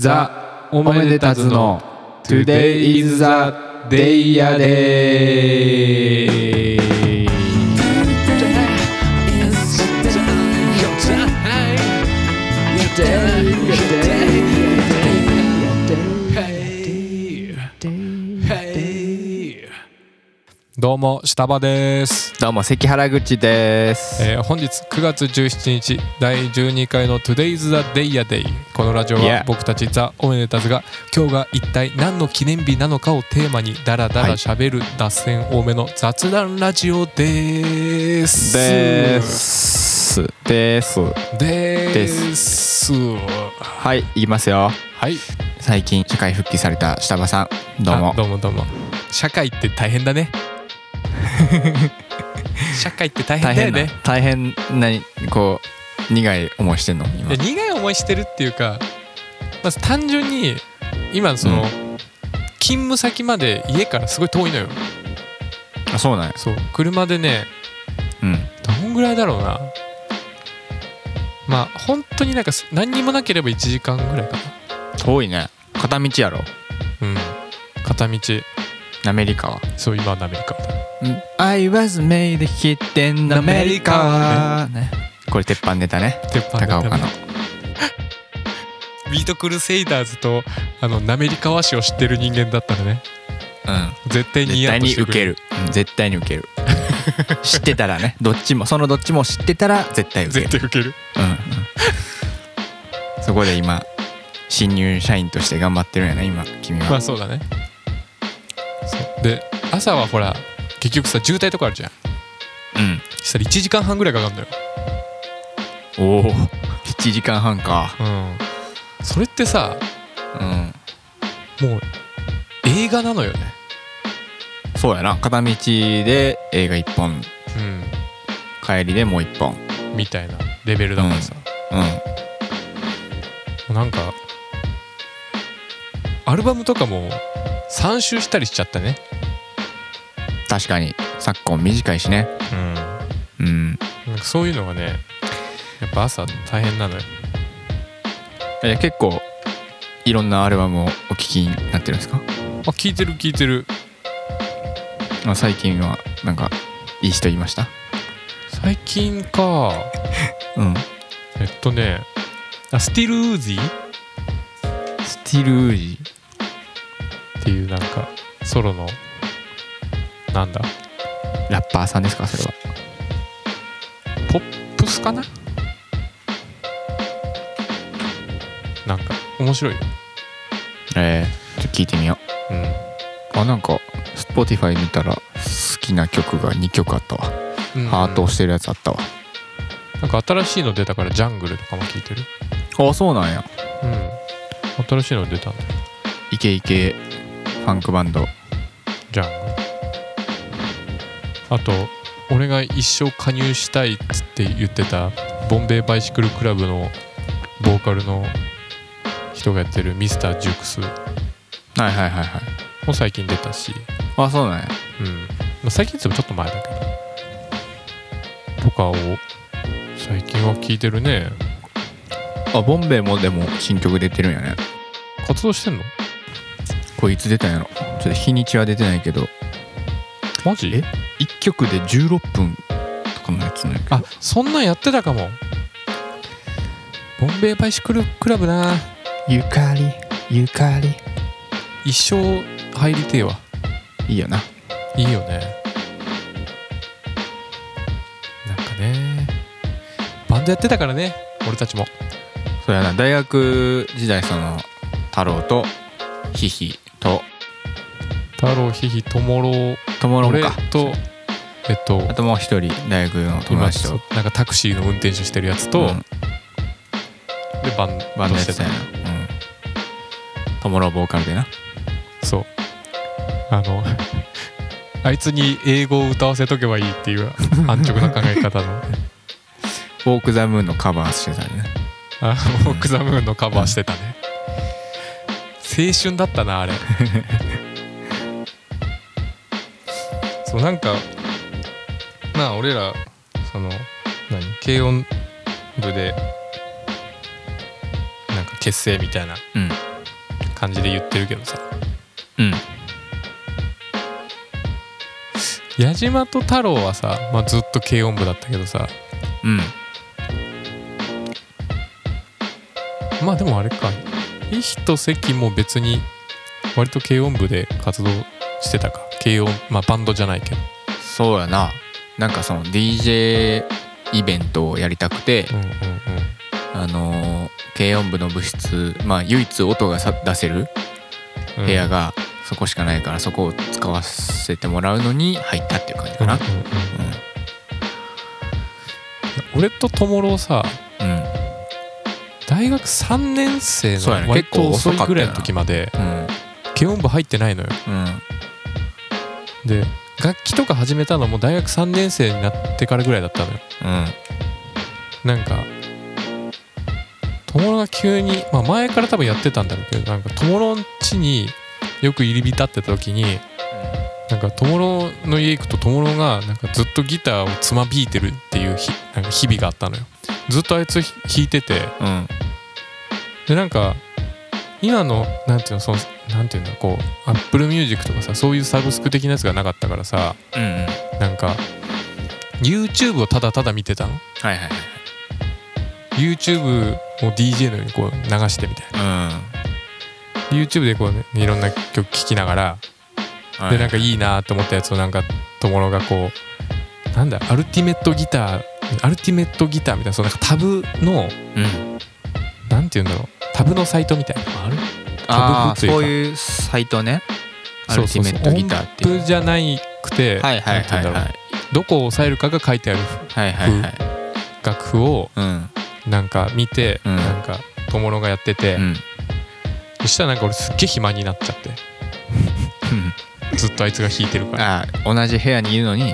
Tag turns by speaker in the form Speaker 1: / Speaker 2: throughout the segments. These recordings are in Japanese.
Speaker 1: ザ・おめでたつの Today is the day やでー
Speaker 2: どうも下場です、
Speaker 3: どうも関原口です。
Speaker 2: えー本日9月17日第12回の Today's the day a day このラジオ
Speaker 3: Yeah
Speaker 2: は僕たちザ・オメネタズが今日が一体何の記念日なのかをテーマにダラダラ喋る脱線多めの雑談ラジオです
Speaker 3: です。です。
Speaker 2: で
Speaker 3: ですはい、言いますよ。
Speaker 2: はい
Speaker 3: 最近社会復帰された下場さん、どう
Speaker 2: あ
Speaker 3: も。
Speaker 2: どうもどうも社会って大 変だね社会って大変
Speaker 3: 大
Speaker 2: だよ
Speaker 3: 変
Speaker 2: ね
Speaker 3: ね。大変なに、こう、苦い思いしてんの今
Speaker 2: いや。苦い思いしてるっていうかまず単純に今その、
Speaker 3: うん
Speaker 2: 勤務先まで家からすごい遠いのよ
Speaker 3: あ、そうなんや。
Speaker 2: そう車でね
Speaker 3: うん。
Speaker 2: どんぐらいだろうなまあ本当になんかす何にもなければ1時間ぐらいか
Speaker 3: 遠いね。片道やろ。
Speaker 2: なうん片道
Speaker 3: アメリカは。
Speaker 2: そう今のアメリカだ
Speaker 3: I was made hit in America ね。これ鉄板ネタね。
Speaker 2: 鉄板
Speaker 3: 高岡の。
Speaker 2: ビートクルセイダーズとあの滑川市を知ってる人間だったらね
Speaker 3: うん。
Speaker 2: 絶対に
Speaker 3: 絶
Speaker 2: 嫌
Speaker 3: 対
Speaker 2: と
Speaker 3: に
Speaker 2: して
Speaker 3: 受
Speaker 2: く
Speaker 3: け
Speaker 2: れる
Speaker 3: る、うん絶対に受ける 知ってたらねどっちもそのどっちも知ってたら絶対受け
Speaker 2: 絶
Speaker 3: る
Speaker 2: 対受ける
Speaker 3: うんうんそこで今新入社員として頑張ってるんやな今君は、
Speaker 2: まあそうだねそうで朝はほら結局さ渋滞とかあるじゃん
Speaker 3: う
Speaker 2: したら1時間半ぐらいかかるんだよ
Speaker 3: んおお7時間半か
Speaker 2: うんそれってさ
Speaker 3: うん
Speaker 2: もう映画なのよね
Speaker 3: そうやな片道で映画1本帰りでもう1本
Speaker 2: うんみたいなレベルだからさ、
Speaker 3: う
Speaker 2: なんかアルバムとかも3周したりしちゃったね
Speaker 3: ん確かに昨今短いしね
Speaker 2: うん
Speaker 3: うん
Speaker 2: なんかそういうのがねやっぱ朝大変なのよ
Speaker 3: いや結構いろんなアルバムをお聴きになってるんですか
Speaker 2: あ聞いてる聞いてる
Speaker 3: あ最近はなんかいい人いました
Speaker 2: 最近か
Speaker 3: うん
Speaker 2: えっとねあスティルウーズィー
Speaker 3: スティルウージ
Speaker 2: っていうなんかソロのなんだ
Speaker 3: ラッパーさんですかそれは
Speaker 2: ポップスかななんか面白いよ
Speaker 3: ええちょっと聞いてみよ
Speaker 2: うん
Speaker 3: うあなんか Spotify 見たら好きな曲が2曲あったわ、
Speaker 2: うん
Speaker 3: ハート押してるやつあったわ
Speaker 2: なんか新しいの出たからジャングルとかも聞いてる
Speaker 3: あそうなんや
Speaker 2: うん新しいの出たんだよ
Speaker 3: イケイケファンクバンド
Speaker 2: ジャングルあと俺が一生加入したいっつって言ってたボンベイバイシクルクラブのボーカルの人がやってるミスタージュクス
Speaker 3: はいはいはいはい
Speaker 2: も最近出たし
Speaker 3: あそうなんや
Speaker 2: うん、まあ、最近って言ってもちょっと前だけどとかを最近は聞いてるね
Speaker 3: あボンベイもでも新曲出てるんやね
Speaker 2: 活動してんの
Speaker 3: これいつ出たんやろちょっと日にちは出てないけど
Speaker 2: マジ
Speaker 3: え1曲で16分とかのやつなんやけど
Speaker 2: あそんなんやってたかもボンベイバイシクルクラブな
Speaker 3: ゆかりゆかり
Speaker 2: 一生入りてえわ
Speaker 3: いいよない
Speaker 2: いよねなんかねバンドやってたからね俺たちも
Speaker 3: そうやな大学時代その太郎とヒヒと
Speaker 2: 太郎ヒヒともろ
Speaker 3: 友郎
Speaker 2: 俺
Speaker 3: か
Speaker 2: とえっと
Speaker 3: あともう一人大学の友
Speaker 2: 今
Speaker 3: 達と
Speaker 2: なんかタクシーの運転手してるやつと、
Speaker 3: うん
Speaker 2: でバン
Speaker 3: バンドや
Speaker 2: ド
Speaker 3: っ
Speaker 2: して
Speaker 3: て
Speaker 2: た
Speaker 3: たんやなうん友郎ボーカルでな
Speaker 2: そうあの あいつに英語を歌わせとけばいいっていう安直な考え 方の
Speaker 3: ウォーク・ザ・ムーンのカバーしてたりね
Speaker 2: あのオーク・ザ・ムーンのカバーしてたね青春だったな あれそうなんかまあ俺らその何軽音部でなんか結成みたいな
Speaker 3: うん
Speaker 2: 感じで言ってるけどさ
Speaker 3: うん
Speaker 2: 矢島と太郎はさ、まあ、ずっと軽音部だったけどさ
Speaker 3: うん
Speaker 2: まあでもあれかイヒと関も別に割と軽音部で活動してたか軽音まあバンドじゃないけど
Speaker 3: そうやななんかその DJ イベントをやりたくて、
Speaker 2: うんうん
Speaker 3: あのー軽音部の部室まあ唯一音がさ出せる
Speaker 2: うん
Speaker 3: 部屋がそこしかないから、そこを使わせてもらうのに入ったっていう感じかな
Speaker 2: うんうんうん俺と友郎さ
Speaker 3: うん、うん
Speaker 2: 大学3年生
Speaker 3: そうやね
Speaker 2: の割と
Speaker 3: 結構遅
Speaker 2: 遅い
Speaker 3: かったよな
Speaker 2: ぐらいの時まで
Speaker 3: うん
Speaker 2: 軽音部入ってないのよ
Speaker 3: うん
Speaker 2: で楽器とか始めたのも大学3年生になってからぐらいだったのよ
Speaker 3: うん
Speaker 2: なんか友郎が急に、まあ、前から多分やってたんだろうけどなんか友郎ん家によく入り浸ってた時になんか友郎の家行くと友郎がなんかずっとギターをつまびいてるっていう日なんか日々があったのよずっとあいつ弾いてて
Speaker 3: うん
Speaker 2: でなんか今のなんていうのそのなんていうんだこうアップルミュージックとかさそういうサブスク的なやつがなかったからさ
Speaker 3: うんうん
Speaker 2: なんか YouTube をただただ見てたの
Speaker 3: はいはい
Speaker 2: YouTube を DJ のようにこう流してみたいな
Speaker 3: はい
Speaker 2: YouTube でこうねいろんな曲聴きながら
Speaker 3: うん
Speaker 2: でなん
Speaker 3: か
Speaker 2: かいいなと思ったやつをなんか友野がこうなんだアルティメットギターアルティメットギターみたいなそのなんかタブの
Speaker 3: うん
Speaker 2: なんて言うんだろうタブのサイトみたいな
Speaker 3: ある
Speaker 2: タ
Speaker 3: あー
Speaker 2: ブ譜というか
Speaker 3: そういうサイトねア
Speaker 2: そ
Speaker 3: ル
Speaker 2: う
Speaker 3: テ
Speaker 2: そう
Speaker 3: ィメ
Speaker 2: そう
Speaker 3: ットギターって
Speaker 2: 音
Speaker 3: いう
Speaker 2: 符じゃなくて
Speaker 3: はいはい
Speaker 2: なんて言
Speaker 3: は
Speaker 2: うん
Speaker 3: い
Speaker 2: だ
Speaker 3: は
Speaker 2: ろう
Speaker 3: い
Speaker 2: どこを押さえるかが書いてある
Speaker 3: はいはいはい
Speaker 2: 楽譜を
Speaker 3: うん
Speaker 2: なんか見て、
Speaker 3: うん
Speaker 2: なんか友野がやってて、
Speaker 3: うん
Speaker 2: そしたらなんか俺すっげえ暇になっちゃってずっとあいつが弾いてるから
Speaker 3: あー同じ部屋にいるのに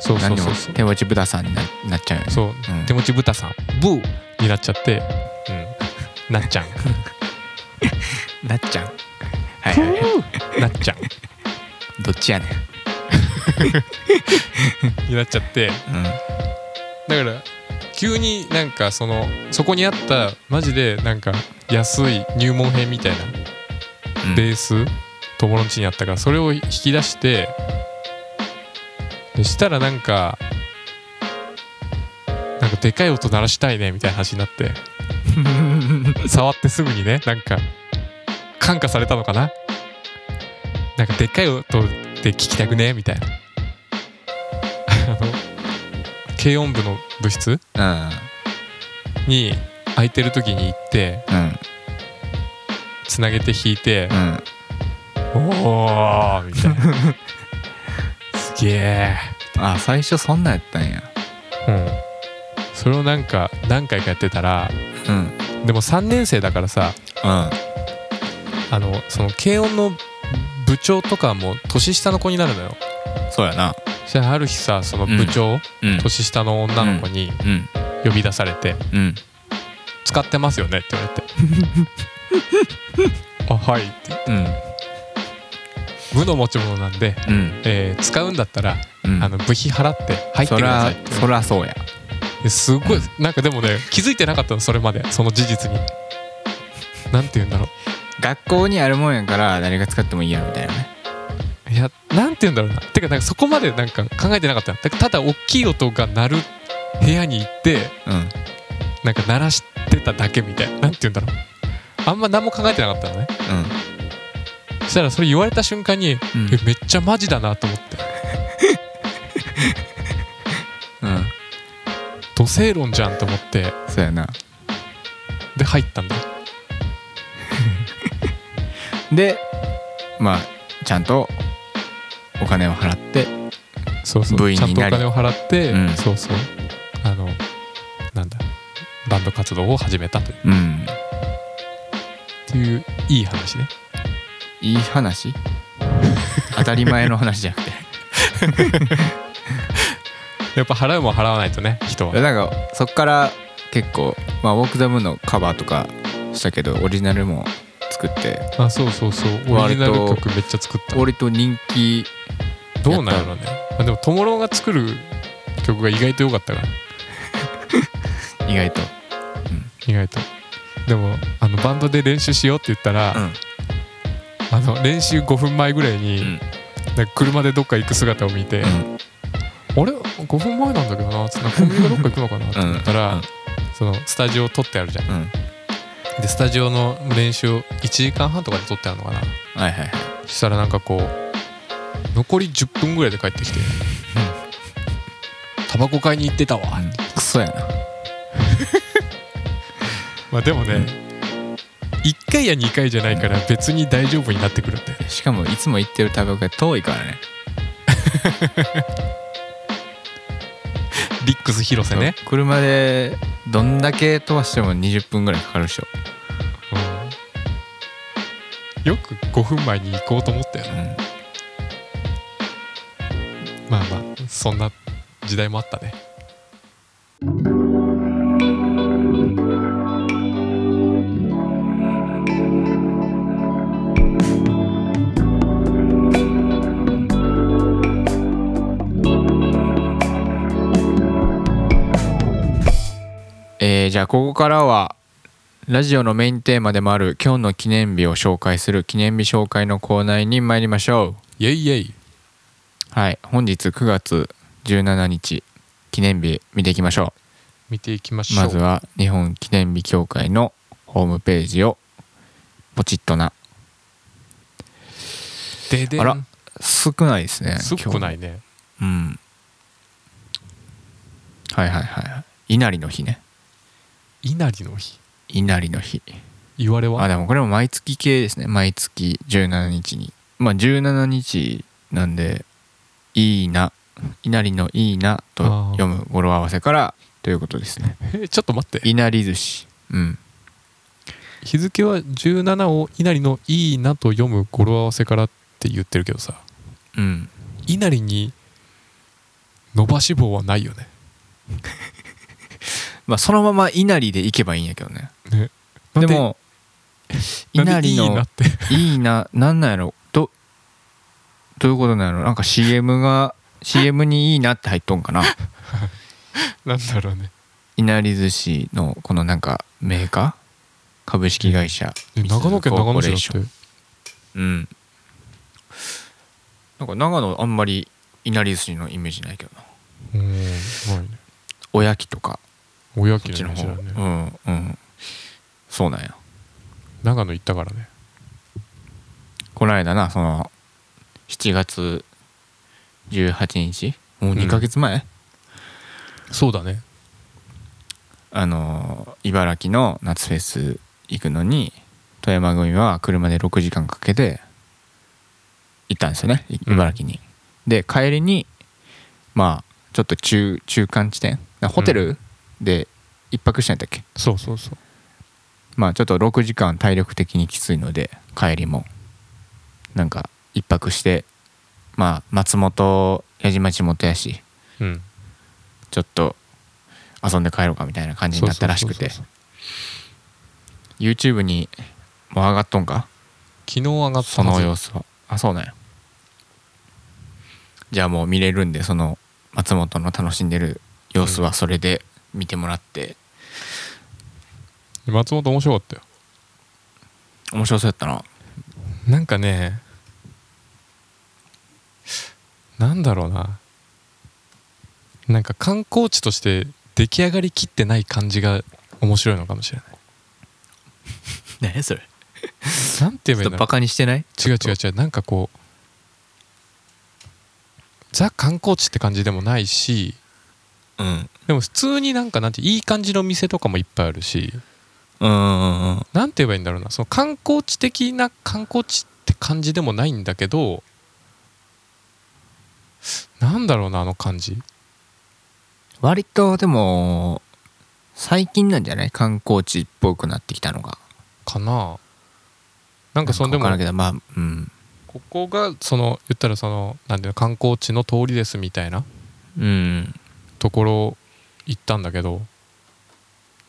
Speaker 2: そうそう
Speaker 3: 何
Speaker 2: そ
Speaker 3: も
Speaker 2: うそう
Speaker 3: 手持ちブダさんにななっちゃうよね
Speaker 2: そう、
Speaker 3: うん
Speaker 2: 手持ち豚さんブーになっちゃって、うん、なっちゃん
Speaker 3: なっちゃうはいはいは
Speaker 2: なっちゃん
Speaker 3: いどっちやねん
Speaker 2: になっちゃって
Speaker 3: うん
Speaker 2: だから急になんかそのそこにあったマジでなんか安い入門編みたいな
Speaker 3: うん
Speaker 2: ベース友の家にあったからそれを引き出してでしたらなんかなんかでかい音鳴らしたいねみたいな話になって 触ってすぐにねなんか感化されたのかななんかでっかい音で聞きたくねみたいなあの軽音部の部室
Speaker 3: うん
Speaker 2: に空いてる時に行って
Speaker 3: うん
Speaker 2: つなげて弾いて
Speaker 3: う、ん
Speaker 2: おーみたい なすげえ
Speaker 3: あ最初そんなんやったんや
Speaker 2: うんそれをなんか何回かやってたら
Speaker 3: うん
Speaker 2: でも3年生だからさ
Speaker 3: うん
Speaker 2: あのその軽音の部長とかも年下の子になるのよ
Speaker 3: そうやな
Speaker 2: そしたらある日さその部長、
Speaker 3: うん
Speaker 2: 年下の女の子に
Speaker 3: うん
Speaker 2: 呼び出されて
Speaker 3: うん
Speaker 2: 「使ってますよね」って言われて 「あはい」って
Speaker 3: うん
Speaker 2: 「無の持ち物なんで、
Speaker 3: うん
Speaker 2: えー使うんだったら、
Speaker 3: うん
Speaker 2: あの部費払って入って
Speaker 3: そ
Speaker 2: くださ
Speaker 3: ら
Speaker 2: い」って言われて
Speaker 3: そらそうや
Speaker 2: ですごいなんかでもね気づいてなかったのそれまでその事実になんて言うんだろ
Speaker 3: 学校にあるもんやから誰が使ってもいいやろみたいなね
Speaker 2: ういやなんて言うんだろうなてかなんかそこまでなんか考えてなかったのだからただ大きい音が鳴る部屋に行って
Speaker 3: うん
Speaker 2: なんか鳴らしてただけみたいななんて言うんだろうあんま何も考えてなかったのねそしたらそれ言われた瞬間に、
Speaker 3: うん
Speaker 2: えめっちゃマジだなと思って
Speaker 3: うんうん
Speaker 2: 土星論じゃんと思って
Speaker 3: そうやな
Speaker 2: で入ったんだよ
Speaker 3: でまあちゃんとお金を払って
Speaker 2: そうそう
Speaker 3: 部員
Speaker 2: ちゃん
Speaker 3: に
Speaker 2: とお
Speaker 3: なり
Speaker 2: 金を払って、
Speaker 3: うん
Speaker 2: そうそうあのなんだバンド活動を始めたという
Speaker 3: うん
Speaker 2: っていういい話ね
Speaker 3: いい 話当たり前の話じゃなくて
Speaker 2: やっぱ払うもん払わないとね人 は
Speaker 3: なんかそっから結構、まあ、ウォーク・ザ・ムーンのカバーとかしたけどオリジナルも作って
Speaker 2: あそうそうそうオリジナル曲めっちゃ作った
Speaker 3: 割と人気
Speaker 2: どうなんやろうねあでも友郎が作る曲が意外と良かったから
Speaker 3: 意外と
Speaker 2: 意外とでもあのバンドで練習しようって言ったら、
Speaker 3: うん
Speaker 2: あの練習5分前ぐらいに、
Speaker 3: うん
Speaker 2: なんか車でどっか行く姿を見て、
Speaker 3: ん
Speaker 2: あれ5分前なんだけどなつってなんかコンビニがどっか行くのかなと思ったら、
Speaker 3: うんうん
Speaker 2: そのスタジオ撮ってあるじゃん
Speaker 3: うん
Speaker 2: でスタジオの練習を1時間半とかで撮ってあるのかな
Speaker 3: はいはいはい
Speaker 2: そしたらなんかこう残り10分ぐらいで帰ってきて「タバコ買いに行ってたわ」
Speaker 3: クソやな
Speaker 2: まあでもね、
Speaker 3: うん
Speaker 2: 1回や2回じゃないから別に大丈夫になってくるんだよね
Speaker 3: しかもいつも行ってるタバコが遠いからね
Speaker 2: リックス広瀬ね、
Speaker 3: 車でどんだけ飛ばしても20分ぐらいかかるでしょ、
Speaker 2: うんよく5分前に行こうと思ったよ
Speaker 3: う
Speaker 2: ね
Speaker 3: ん、
Speaker 2: まあまあそんな時代もあったね
Speaker 3: えーじゃあここからはラジオのメインテーマでもある今日の記念日を紹介する記念日紹介のコーナーに参りましょ
Speaker 2: イェイイェイ
Speaker 3: うはい本日9月17日記念日見ていきましょ
Speaker 2: 見ていきまし
Speaker 3: う
Speaker 2: ょう
Speaker 3: まずは日本記念日協会のホームページをポチッとな
Speaker 2: ででん
Speaker 3: あら少ないですね
Speaker 2: すっごくないいね
Speaker 3: うんはいはいはい稲荷の日ね
Speaker 2: 稲荷の日
Speaker 3: 稲荷の日
Speaker 2: 言われ
Speaker 3: あ
Speaker 2: は
Speaker 3: でもこれも毎月系ですね毎月17日にまあ17日なんで「いいな」「稲荷のいいな」と読む語呂合わせからということです ね
Speaker 2: えちょっと待って
Speaker 3: いなり寿司うん
Speaker 2: 日付は17を稲荷の「いいな」と読む語呂合わせからって言ってるけどさ
Speaker 3: うん
Speaker 2: 稲荷に伸ばし棒はないよね
Speaker 3: まあそのまま稲荷でいけばいいんやけどね
Speaker 2: ね
Speaker 3: でも稲荷
Speaker 2: なんでいいな
Speaker 3: の
Speaker 2: って
Speaker 3: 「いいな」なんなんやろどどういうことなんやろなんか CM が CM に「いいな」って入っとんか な
Speaker 2: なんだろうね
Speaker 3: いなり寿司のこのなんかメーカー株式会社
Speaker 2: え長野県長野市だって
Speaker 3: うんなんか長野あんまりいなり寿司のイメージないけどな
Speaker 2: うーんないね
Speaker 3: おやきとか
Speaker 2: おやき
Speaker 3: こっち
Speaker 2: の
Speaker 3: の
Speaker 2: 話
Speaker 3: 方、
Speaker 2: だね
Speaker 3: うんうんそうなんや
Speaker 2: 長野行ったからね
Speaker 3: この間なその7月18日もう
Speaker 2: う
Speaker 3: 2
Speaker 2: ん
Speaker 3: ヶ月前、
Speaker 2: そうだね
Speaker 3: あの茨城の夏フェス行くのに富山組は車で6時間かけて行ったんですよねい
Speaker 2: うん
Speaker 3: 茨城に、で帰りにまあちょっと中中間地点なホテルで一泊したんだっけ、
Speaker 2: そうそうそう
Speaker 3: まあちょっと6時間体力的にきついので帰りもなんか一泊してまあ松本矢島地元やし
Speaker 2: うん
Speaker 3: ちょっと遊んで帰ろうかみたいな感じになったらしくて
Speaker 2: そうそうそうそう
Speaker 3: YouTube にもう上がっとんか
Speaker 2: 昨日上がった
Speaker 3: その様
Speaker 2: 子
Speaker 3: 子はあそうなんやじゃあもう見れるんでその松本の楽しんでる様子はそれで見てもらって
Speaker 2: 松本面白かったよ
Speaker 3: 面白そうやったな
Speaker 2: なんかねなんだろうななんか観光地として出来上がりきってない感じが面白いのかもしれない
Speaker 3: 何それ
Speaker 2: なんて
Speaker 3: ち
Speaker 2: 言え
Speaker 3: ょっと
Speaker 2: ばいいんだ
Speaker 3: バ
Speaker 2: ろ
Speaker 3: カにしてないう
Speaker 2: 違う違う違うなんかこうザ観光地って感じでもないし
Speaker 3: うん
Speaker 2: でも普通になんかなんていい感じの店とかもいっぱいあるし
Speaker 3: うんうんうん
Speaker 2: なんて言えばいいんだろうなその観光地的な観光地って感じでもないんだけどなんだろうなあの感じ
Speaker 3: 割とでも最近なんじゃない観光地っぽくなってきたのが
Speaker 2: かななんかそん
Speaker 3: な
Speaker 2: で
Speaker 3: んかわからん
Speaker 2: も
Speaker 3: けどまあうん
Speaker 2: ここがその言ったらそのなんていうの観光地の通りですみたいな
Speaker 3: うん
Speaker 2: ところ行ったんだけど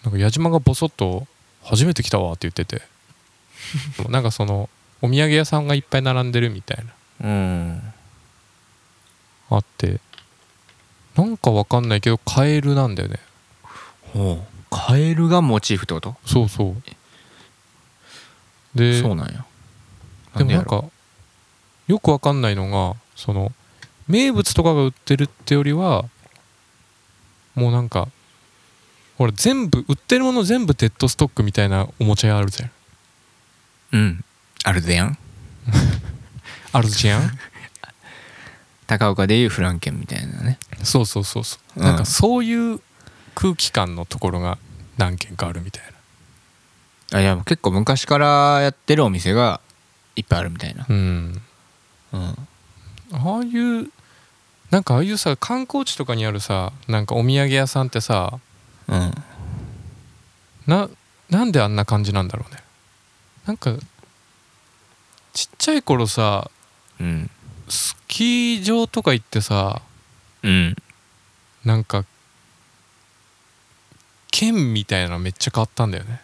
Speaker 2: なんか矢島がボソッと「初めて来たわ」って言ってて なんかそのお土産屋さんがいっぱい並んでるみたいな
Speaker 3: うん
Speaker 2: あってなんかわかんないけどカエルなんだよね
Speaker 3: ほうカエルがモチーフってこと
Speaker 2: そうそうで
Speaker 3: そうなんや
Speaker 2: でも
Speaker 3: や
Speaker 2: なん
Speaker 3: ろ
Speaker 2: かよくわかんないのがその名物とかが売ってるってよりはもうなんかほら全部売ってるもの全部デッドストックみたいなおもちゃ屋あるじゃん
Speaker 3: うんあるでやん
Speaker 2: あるじゃん
Speaker 3: 高岡でいうフランケンみたいなね
Speaker 2: そうそうそうそう、
Speaker 3: うん
Speaker 2: なんかそういう空気感のところが何軒かあるみたい
Speaker 3: あいや結構昔からやってるお店がいっぱいあるみたいな
Speaker 2: なうん
Speaker 3: うん
Speaker 2: ああいうなんかああいうさ観光地とかにあるさなんかお土産屋さんってさ
Speaker 3: うん
Speaker 2: ななんであんな感じなんだろうねなんかちっちゃい頃さ
Speaker 3: うん
Speaker 2: スキー場とか行ってさ
Speaker 3: うん
Speaker 2: なんか剣みたいなのめっちゃ変わったんだよね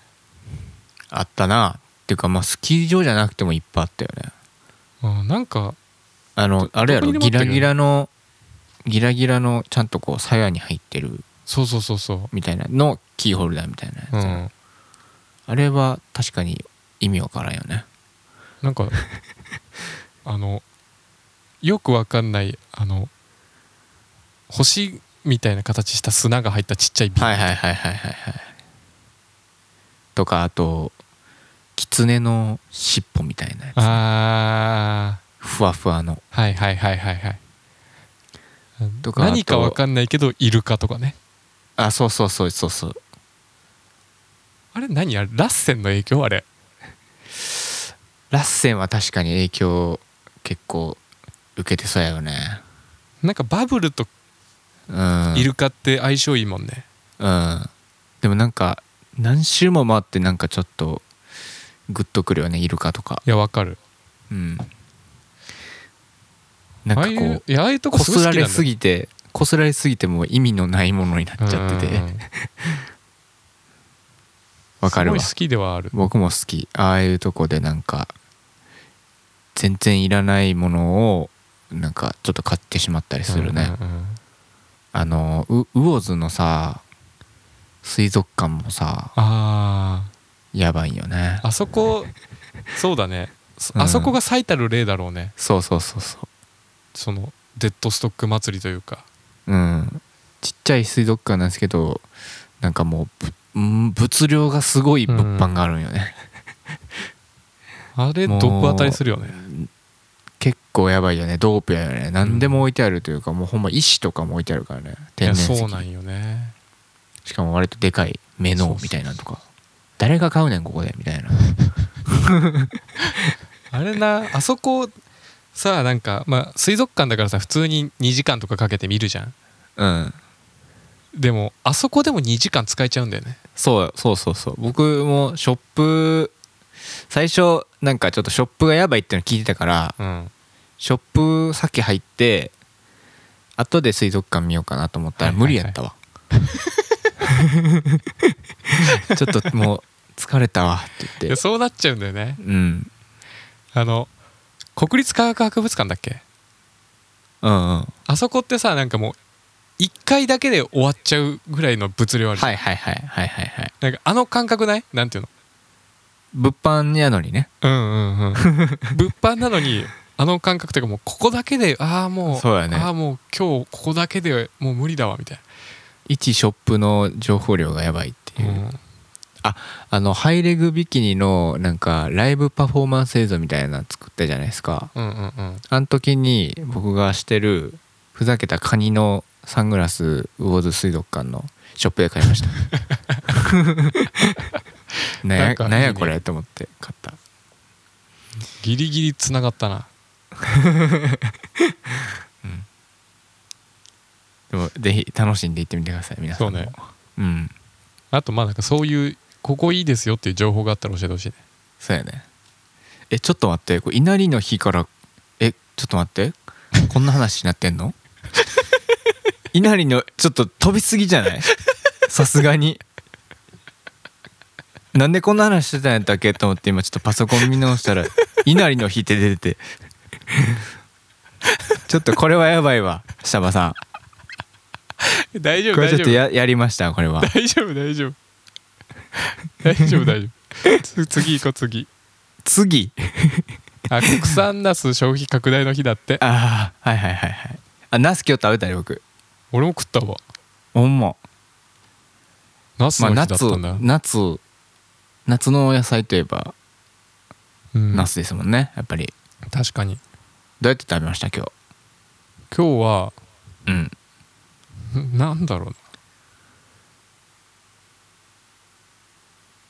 Speaker 3: あったなっていうかまあスキー場じゃなくてもいっぱいあったよね
Speaker 2: うんなんか
Speaker 3: あのあれやろ
Speaker 2: どこに
Speaker 3: ギ
Speaker 2: でも
Speaker 3: ラ
Speaker 2: あったけど
Speaker 3: ギラのギラギラのちゃんとこう鞘に入ってる
Speaker 2: そうそうそうそ
Speaker 3: みたいなのキーホルダーみたいなやつ
Speaker 2: う、う、ん、
Speaker 3: あれは確かに意味わからんよね
Speaker 2: なんかあのよくわかんないあの星みたいな形した砂が入ったちっちゃい瓶、
Speaker 3: はいはいはいはいはいはいとかあと狐の尻尾みたいなやつ
Speaker 2: あ
Speaker 3: ふわふわの
Speaker 2: ーはいはいはいはいはい
Speaker 3: とか
Speaker 2: 何
Speaker 3: あ
Speaker 2: か
Speaker 3: と
Speaker 2: わかんないけどイルカとかね
Speaker 3: あそうそうそうそうそう
Speaker 2: あれ何あれラッセンの影響あれ
Speaker 3: ラッセンは確かに影響結構受けてそうやよね
Speaker 2: なんかバブルと
Speaker 3: うん
Speaker 2: イルカって相性いいもんね、
Speaker 3: うんでもなんか何周も回ってなんかちょっとグッとくるよねイルカとか
Speaker 2: いやわかる
Speaker 3: うんなんか
Speaker 2: ああ
Speaker 3: こ
Speaker 2: いう
Speaker 3: う
Speaker 2: いやああいうとこ
Speaker 3: こ
Speaker 2: すごい
Speaker 3: す
Speaker 2: 好
Speaker 3: ら
Speaker 2: きなんだ
Speaker 3: れすぎてこすられすぎてもう意味のないものになっちゃってて
Speaker 2: うん
Speaker 3: わかるわ
Speaker 2: すごい好きではある
Speaker 3: 僕も好きああいうとこでなんか全然いらないものをなんかちょっと買ってしまったりするね、
Speaker 2: うんうんうん
Speaker 3: あのう魚津のさ水族館もさ
Speaker 2: ああ
Speaker 3: やばいよね
Speaker 2: あそこそうだねそあそこが最たる例だろうね
Speaker 3: そうそうそうそ
Speaker 2: そのデッドストック祭りというか
Speaker 3: ううんちっちゃい水族館なんですけどなんかもうぶうん物量がすごい物販があるんよね、
Speaker 2: あれ
Speaker 3: もう
Speaker 2: 毒当たりするよね
Speaker 3: 結構やばいよねドープやよね何でも置いてあるというか、もうほんま石とかも置いてあるからね
Speaker 2: い
Speaker 3: 天
Speaker 2: や
Speaker 3: 然石
Speaker 2: そうなんよね
Speaker 3: しかも割とでかい目
Speaker 2: そう
Speaker 3: の
Speaker 2: そう
Speaker 3: みたいなのとか誰が買うねんここでみたいな
Speaker 2: あれなあそこさあなんかまあ水族館だからさ普通に2時間とかかけて見るじゃん
Speaker 3: うん
Speaker 2: でもあそこでも2時間使えちゃうんだよね
Speaker 3: そうそうそうそう僕もショップ最初なんかちょっとショップがやばいっていうの聞いてたから
Speaker 2: うん
Speaker 3: ショップ先入って後で水族館見ようかなと思ったら
Speaker 2: はいはい
Speaker 3: 無
Speaker 2: はい
Speaker 3: 理やった わ、ちょっともう疲れたわって
Speaker 2: い
Speaker 3: 言
Speaker 2: や
Speaker 3: って
Speaker 2: そうなっちゃうんだよね
Speaker 3: うん
Speaker 2: あの国立科学博物館だっけ
Speaker 3: うんうん
Speaker 2: あそこってさなんかもう1回だけで終わっちゃうぐらいの物量あるじゃん
Speaker 3: はいはいはいはいはいはい
Speaker 2: なんかあの感覚ないなんていうの
Speaker 3: 物販やのにね
Speaker 2: うんうん うん物販なのにあの感覚というかもうここだけでああもう
Speaker 3: そうやね
Speaker 2: ああもう今日ここだけでもう無理だわみたい
Speaker 3: 一ショップの情報量がやばいってい
Speaker 2: な、
Speaker 3: う、
Speaker 2: うん
Speaker 3: あのハイレグビキニのなんかライブパフォーマンス映像みたいなの作ったじゃないですか
Speaker 2: うんうんうん
Speaker 3: あの時に僕がしてるふざけたカニのサングラス魚津水族館のショップで買いました なんや
Speaker 2: なんかいいね
Speaker 3: なんやこれと思って買った
Speaker 2: ギリギリつながったな
Speaker 3: でもぜひ楽しんで行ってみてください皆さんも
Speaker 2: そうね
Speaker 3: うん
Speaker 2: あとまあなんかそういうここいいですよっていう情報があったら教えてほしいね
Speaker 3: そうやねえちょっと待ってこれ稲荷の日からえちょっと待ってこんな話になってんの 稲荷のちょっと飛びすぎじゃないさすがになんでこんな話してたんやったっけと思って今ちょっとパソコン見直したら「稲荷の日」って出ててちょっとこれはやばいわ下場さ
Speaker 2: 大丈
Speaker 3: ん
Speaker 2: 夫
Speaker 3: これ
Speaker 2: 大
Speaker 3: ちょっ
Speaker 2: 丈
Speaker 3: と
Speaker 2: 夫
Speaker 3: ややりましたこれは
Speaker 2: 大丈夫大丈夫大丈夫大丈夫つ次行こう次
Speaker 3: 次
Speaker 2: あ国産ナス消費拡大の日だって
Speaker 3: ああはいはいはいはいあナス今日食べたよ僕
Speaker 2: 俺も食ったわ
Speaker 3: ほんま
Speaker 2: ナス
Speaker 3: ま
Speaker 2: の
Speaker 3: あ
Speaker 2: 日だっ
Speaker 3: 夏
Speaker 2: たんだ、
Speaker 3: 夏夏の野菜といえば
Speaker 2: うん、
Speaker 3: ナスですもんねやっぱり
Speaker 2: 確かに
Speaker 3: どうやって食べました今
Speaker 2: 今日は
Speaker 3: 日うん
Speaker 2: んなんだろうな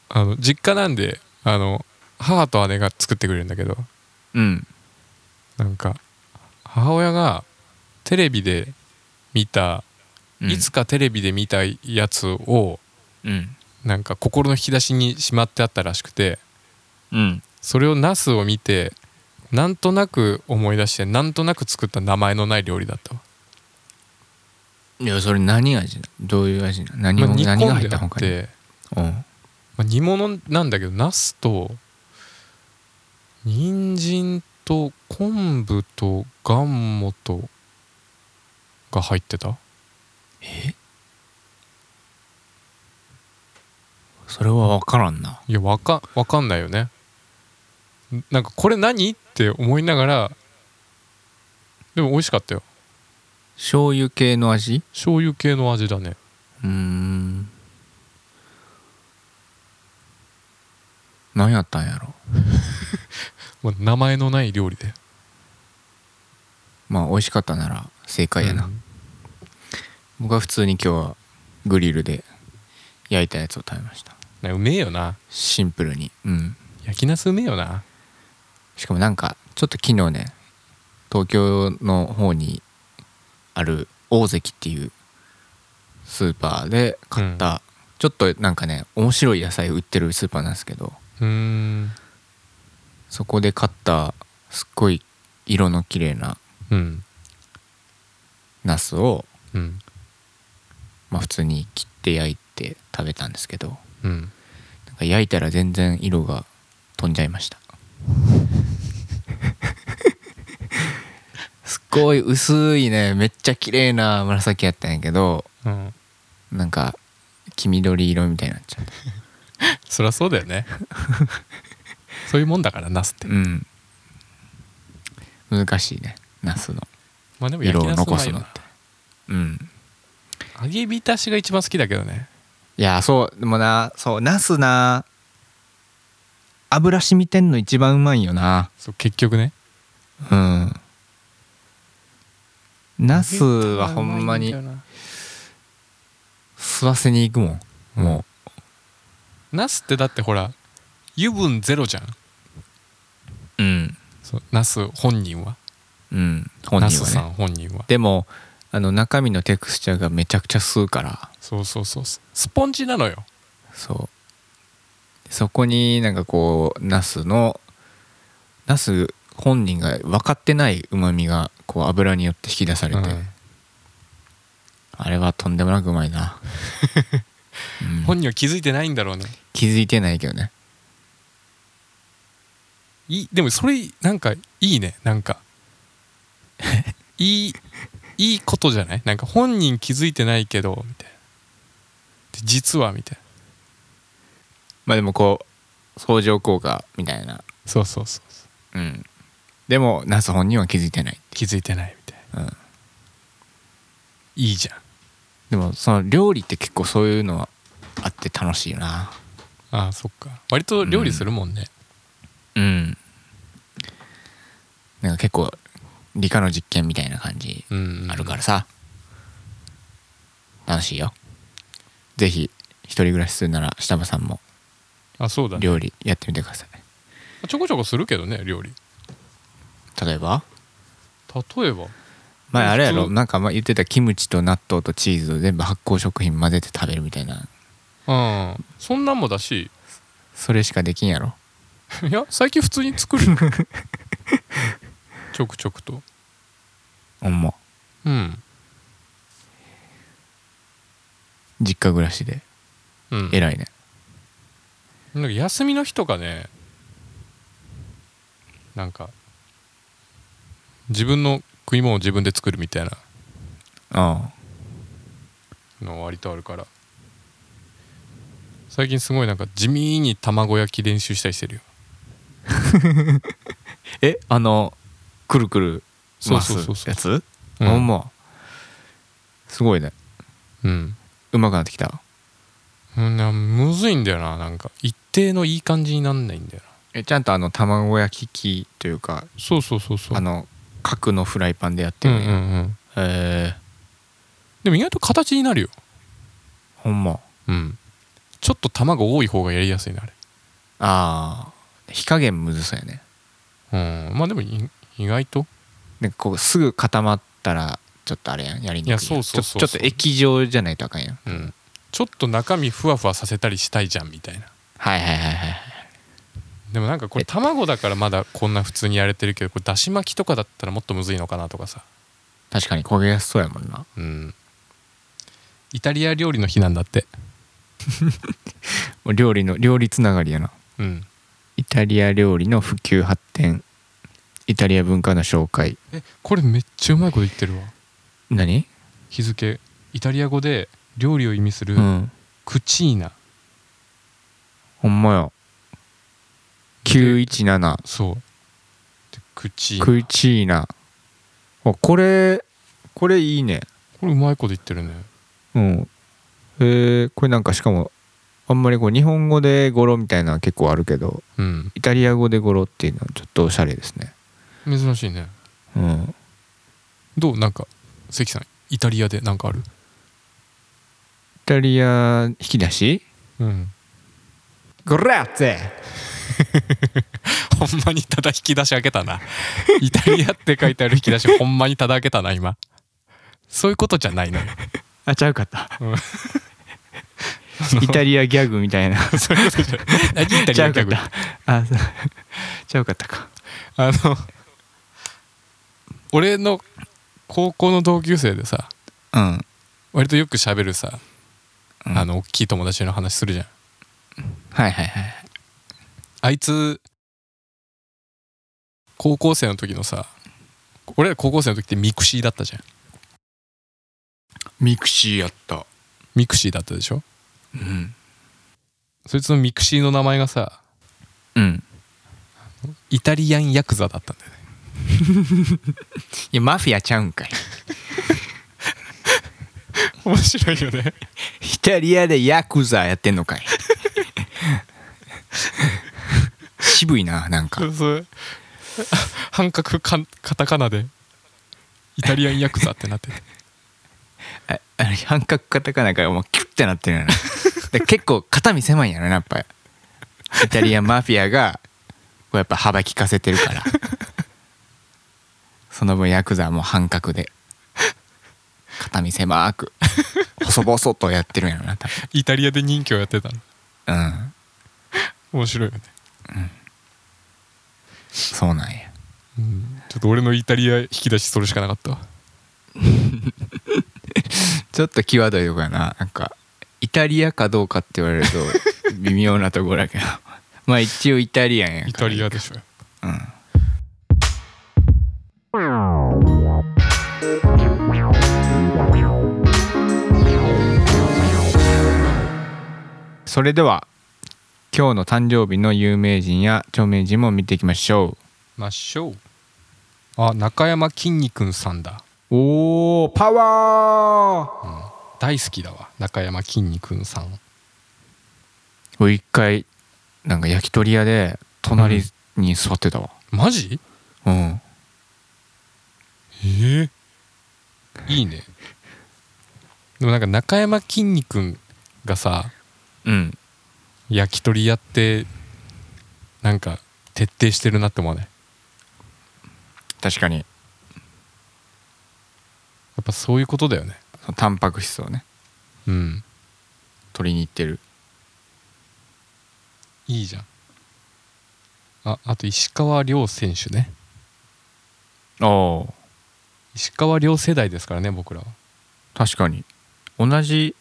Speaker 2: あの実家なんであの母と姉が作ってくれるんだけど
Speaker 3: うん
Speaker 2: なんか母親がテレビで見た、
Speaker 3: うん
Speaker 2: いつかテレビで見たやつを
Speaker 3: うん
Speaker 2: なんか心の引き出しにしまってあったらしくて
Speaker 3: うん
Speaker 2: それをナスを見てなんとなく思い出してなんとなく作った名前のない料理だったわ、
Speaker 3: いやそれ何味などういう味な何
Speaker 2: まあ、
Speaker 3: も
Speaker 2: 煮
Speaker 3: 何が
Speaker 2: 込ん
Speaker 3: 入っ
Speaker 2: で
Speaker 3: た
Speaker 2: あ
Speaker 3: ほ
Speaker 2: っ
Speaker 3: かに
Speaker 2: て
Speaker 3: うん
Speaker 2: まあ、煮物なんだけどナスと人参と昆布とガンモとが入ってた
Speaker 3: それは分からんない
Speaker 2: やわかわかんないよねんなんかこれ何って思いながらでも美味しかったよ
Speaker 3: 醤油系の味
Speaker 2: 醤油系の味だね
Speaker 3: うーん何やったんやろ
Speaker 2: まあ名前のない料理で
Speaker 3: まあ美味しかったなら正解やな、
Speaker 2: うん
Speaker 3: 僕は普通に今日はグリルで焼いたやつを食べました
Speaker 2: ねうめえよな
Speaker 3: シンプルにうん
Speaker 2: 焼きナスうめえよな
Speaker 3: しかもなんかちょっと昨日ね東京の方にある大関っていうスーパーで買った、ちょっとなんかね面白い野菜売ってるスーパーなんですけど
Speaker 2: うーん
Speaker 3: そこで買ったすっごい色の綺麗な
Speaker 2: うん
Speaker 3: ナスを、
Speaker 2: うん
Speaker 3: まあ、普通に切って焼いて食べたんですけど
Speaker 2: うん
Speaker 3: なんか焼いたら全然色が飛んじゃいました すっごい薄いねめっちゃ綺麗な紫やったんやけど
Speaker 2: うん
Speaker 3: なんか黄緑色みたいになっちゃっ
Speaker 2: そりゃそうだよねそういうもんだからナスって
Speaker 3: たうん難しいねナスの
Speaker 2: まあでも焼
Speaker 3: 色を
Speaker 2: きナスう
Speaker 3: 残
Speaker 2: まい
Speaker 3: す
Speaker 2: よ
Speaker 3: の
Speaker 2: な
Speaker 3: ってうん
Speaker 2: 揚げ浸しが一番好きだけどね
Speaker 3: いやそうでもなそうナスな油染みてんの一番うまいよな
Speaker 2: そう結局ね
Speaker 3: うんナスはほんまに
Speaker 2: 揚げ玉ういだよ
Speaker 3: 吸わせに行くもんも
Speaker 2: なナスってだってほら油分ゼロじゃん
Speaker 3: ううん
Speaker 2: そうナス本人は
Speaker 3: うん本
Speaker 2: ナ
Speaker 3: 人
Speaker 2: スさ
Speaker 3: はね
Speaker 2: ん本人は
Speaker 3: でもあの中身のテクスチャーがめちゃくちゃ吸うから
Speaker 2: そうそうそうそうスポンジなのよ
Speaker 3: そうそこになんかこうナスのナス本人が分かってないうまみがこう油によって引き出されて、
Speaker 2: うん
Speaker 3: あれはとんでもなくうまい な、うん
Speaker 2: 本人は気づいてないんだろうね
Speaker 3: 気づいてないけどね
Speaker 2: いいでもそれなんかいいねなん かいいいいことじゃないなんか本人気づいてないけどみたいなで実はみたいな
Speaker 3: まあでもこう相乗効果みたいな
Speaker 2: そうそうそうそう
Speaker 3: うんでもナス本人は気づいてない、
Speaker 2: 気づいてないみたいな
Speaker 3: うん、
Speaker 2: いいじゃん
Speaker 3: でもその料理って結構そういうのはあって楽しいよな
Speaker 2: ああそっか割と料理するもんね、
Speaker 3: うんなんか結構理科の実験みたいな感じ
Speaker 2: うん
Speaker 3: あるからさ、楽しいよぜひ一人暮らしするなら下場さんも
Speaker 2: あそうだね
Speaker 3: 料理やってみてください
Speaker 2: ちょこちょこするけどね料理
Speaker 3: 例えば
Speaker 2: 例えば
Speaker 3: 前あれやろ
Speaker 2: 普通
Speaker 3: なんかま言ってたキムチと納豆とチーズを全部発酵食品混ぜて食べるみたいな
Speaker 2: うんそんなんもだし
Speaker 3: それしかできんやろ
Speaker 2: いや最近普通に作るよちょくちょくと
Speaker 3: ほんま
Speaker 2: うん
Speaker 3: 実家暮らしで
Speaker 2: うん
Speaker 3: 偉いね
Speaker 2: なんか休みの日とかねなんか自分の食い物を自分で作るみたいな
Speaker 3: あ
Speaker 2: の割とあるから最近すごいなんか地味に卵焼き練習したりしてるよ
Speaker 3: あえあのくるくる
Speaker 2: そう
Speaker 3: 回
Speaker 2: そうそう
Speaker 3: す
Speaker 2: そう
Speaker 3: やつ
Speaker 2: うん
Speaker 3: ほんますごいね
Speaker 2: うん
Speaker 3: うまくなってきた
Speaker 2: うんなむずいんだよななんか一定のいい感じになんないんだよな
Speaker 3: えちゃんとあの卵焼き器というか
Speaker 2: そうそうそうそう
Speaker 3: あの角のフライパンでやって
Speaker 2: うん
Speaker 3: る
Speaker 2: う
Speaker 3: ね
Speaker 2: んうん
Speaker 3: え
Speaker 2: でも意外と形になるよ
Speaker 3: ーほんま
Speaker 2: うんちょっと卵多い方がやりやすいなあれ
Speaker 3: あー火加減むずそうやね
Speaker 2: うんまあでもい意外と
Speaker 3: なんかこうすぐ固まったらちょっとあれやんやりにくいやん
Speaker 2: いやそうそうそう
Speaker 3: ちょちょっと液状じゃないとあかんやん
Speaker 2: うんちょっと中身ふわふわさせたりしたいじゃんみたいな
Speaker 3: はいはいはいはい
Speaker 2: でもなんかこれ卵だからまだこんな普通にやれてるけどこれだし巻きとかだったらもっとむずいのかなとかさ
Speaker 3: 確かに焦げやすそうやもんな
Speaker 2: うんイタリア料理の日なんだって
Speaker 3: もう料理の料理つながりやな
Speaker 2: うん
Speaker 3: イタリア料理の普及発展イタリア文化の紹介
Speaker 2: えこれめっちゃうまいこと言ってるわ
Speaker 3: 何、
Speaker 2: 日付イタリア語で料理を意味する
Speaker 3: うん
Speaker 2: クチーナ、
Speaker 3: ほんまや917
Speaker 2: そうでクチーナ
Speaker 3: クチーナあこれこれいいね
Speaker 2: これうまいこと言ってるね
Speaker 3: うんえー、これなんかしかもあんまりこう日本語で語呂みたいなのは結構あるけど
Speaker 2: うん
Speaker 3: イタリア語で語呂っていうのはちょっとおしゃれですね
Speaker 2: 珍しいね
Speaker 3: うん
Speaker 2: どうなんか関さんイタリアでなんかある
Speaker 3: イタリア引き出し
Speaker 2: うん
Speaker 3: グラッツェ
Speaker 2: ほんまにただ引き出し開けたな。 イタリアって書いてある引き出し、ほんまにただ開けたな、今。そういうことじゃないのよ。
Speaker 3: あちゃうかった
Speaker 2: うん
Speaker 3: イタリアギャグみたいな
Speaker 2: そういうことじゃ ない。何イタリ
Speaker 3: ちゃ
Speaker 2: ア
Speaker 3: うかっ
Speaker 2: 客
Speaker 3: たあそう ちゃうかったか
Speaker 2: あの、俺の高校の同級生でさ、
Speaker 3: うん
Speaker 2: 割とよく喋るさ、
Speaker 3: うん
Speaker 2: あの、大きい友達の話するじゃん。
Speaker 3: はいはいはい
Speaker 2: あいつ、高校生の時のさ、俺ら高校生の時ってミクシーだったじゃん。
Speaker 3: ミクシーやった
Speaker 2: ミクシーだったでしょ
Speaker 3: うん
Speaker 2: そいつのミクシーの名前がさ、
Speaker 3: うん
Speaker 2: イタリアンヤクザだったんだよね
Speaker 3: いやマフィアちゃうんかい
Speaker 2: 面白いよね
Speaker 3: イタリアでヤクザやってんの かい渋いななんか
Speaker 2: そう半角かカタカナでイタリアンヤクザってなってて
Speaker 3: ああれ半角カタカナからもうキュッてなってるよなで結構肩身狭いんやろなやっぱりイタリアンマフィアがこうやっぱ幅利かせてるからその分ヤクザはもう半角で肩身狭く細々とやってるんやろな多
Speaker 2: イタリアで任侠やってたの
Speaker 3: 分うん
Speaker 2: 面白いよね、
Speaker 3: そうなんや
Speaker 2: うん、ちょっと俺のイタリア引き出しそれしかなかったわ
Speaker 3: ちょっと際どいとこやななんかイタリアかどうかって言われると微妙なところだけどまあ一応イタリアンやから
Speaker 2: イタリアでしょ
Speaker 3: うんそれでは今日の誕生日の有名人や著名人も見ていきましょ
Speaker 2: ましょうあ中山きんに君さんだ
Speaker 3: うおーパワー
Speaker 2: 大好きだわ中山きんに君さん
Speaker 3: 俺一回なんか焼き鳥屋で隣に座ってたわ
Speaker 2: マジ
Speaker 3: うん
Speaker 2: ええいいねでもなんか中山きんに君がさ
Speaker 3: うん
Speaker 2: 焼き鳥屋ってなんか徹底してるなって思わない
Speaker 3: 確かに
Speaker 2: やっぱそういうことだよね
Speaker 3: そのタンパク質をね
Speaker 2: うん
Speaker 3: 取りに行ってる
Speaker 2: いいじゃんああと石川遼選手ね
Speaker 3: ああ
Speaker 2: 石川遼世代ですからね僕らは
Speaker 3: 確かに同じ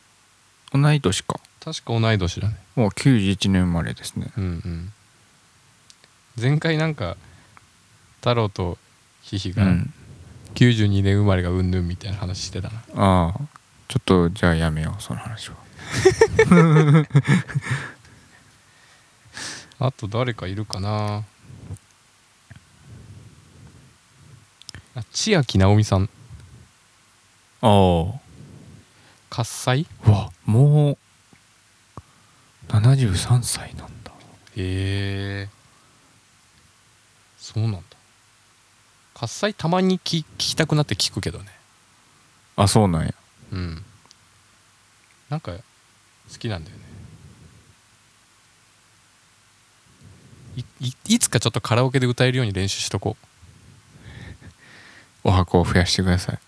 Speaker 3: 同い年か
Speaker 2: 確か同い年だね
Speaker 3: もう91年生まれですね
Speaker 2: うんうん前回なんか太郎とヒヒ
Speaker 3: う
Speaker 2: が
Speaker 3: ん
Speaker 2: 92年生まれがうんぬんみたいな話してたな、
Speaker 3: ああちょっとじゃあやめようその話は
Speaker 2: あと誰かいるかなあ千秋直美さん
Speaker 3: ああ
Speaker 2: 喝采
Speaker 3: うわもう73歳なんだ
Speaker 2: へえそうなんだ喝采たまに聞聞きたくなって聞くけどね
Speaker 3: あそうなんや
Speaker 2: うんなんか好きなんだよねいいいつかちょっとカラオケで歌えるように練習しとこう
Speaker 3: お箱を増やしてくだ さい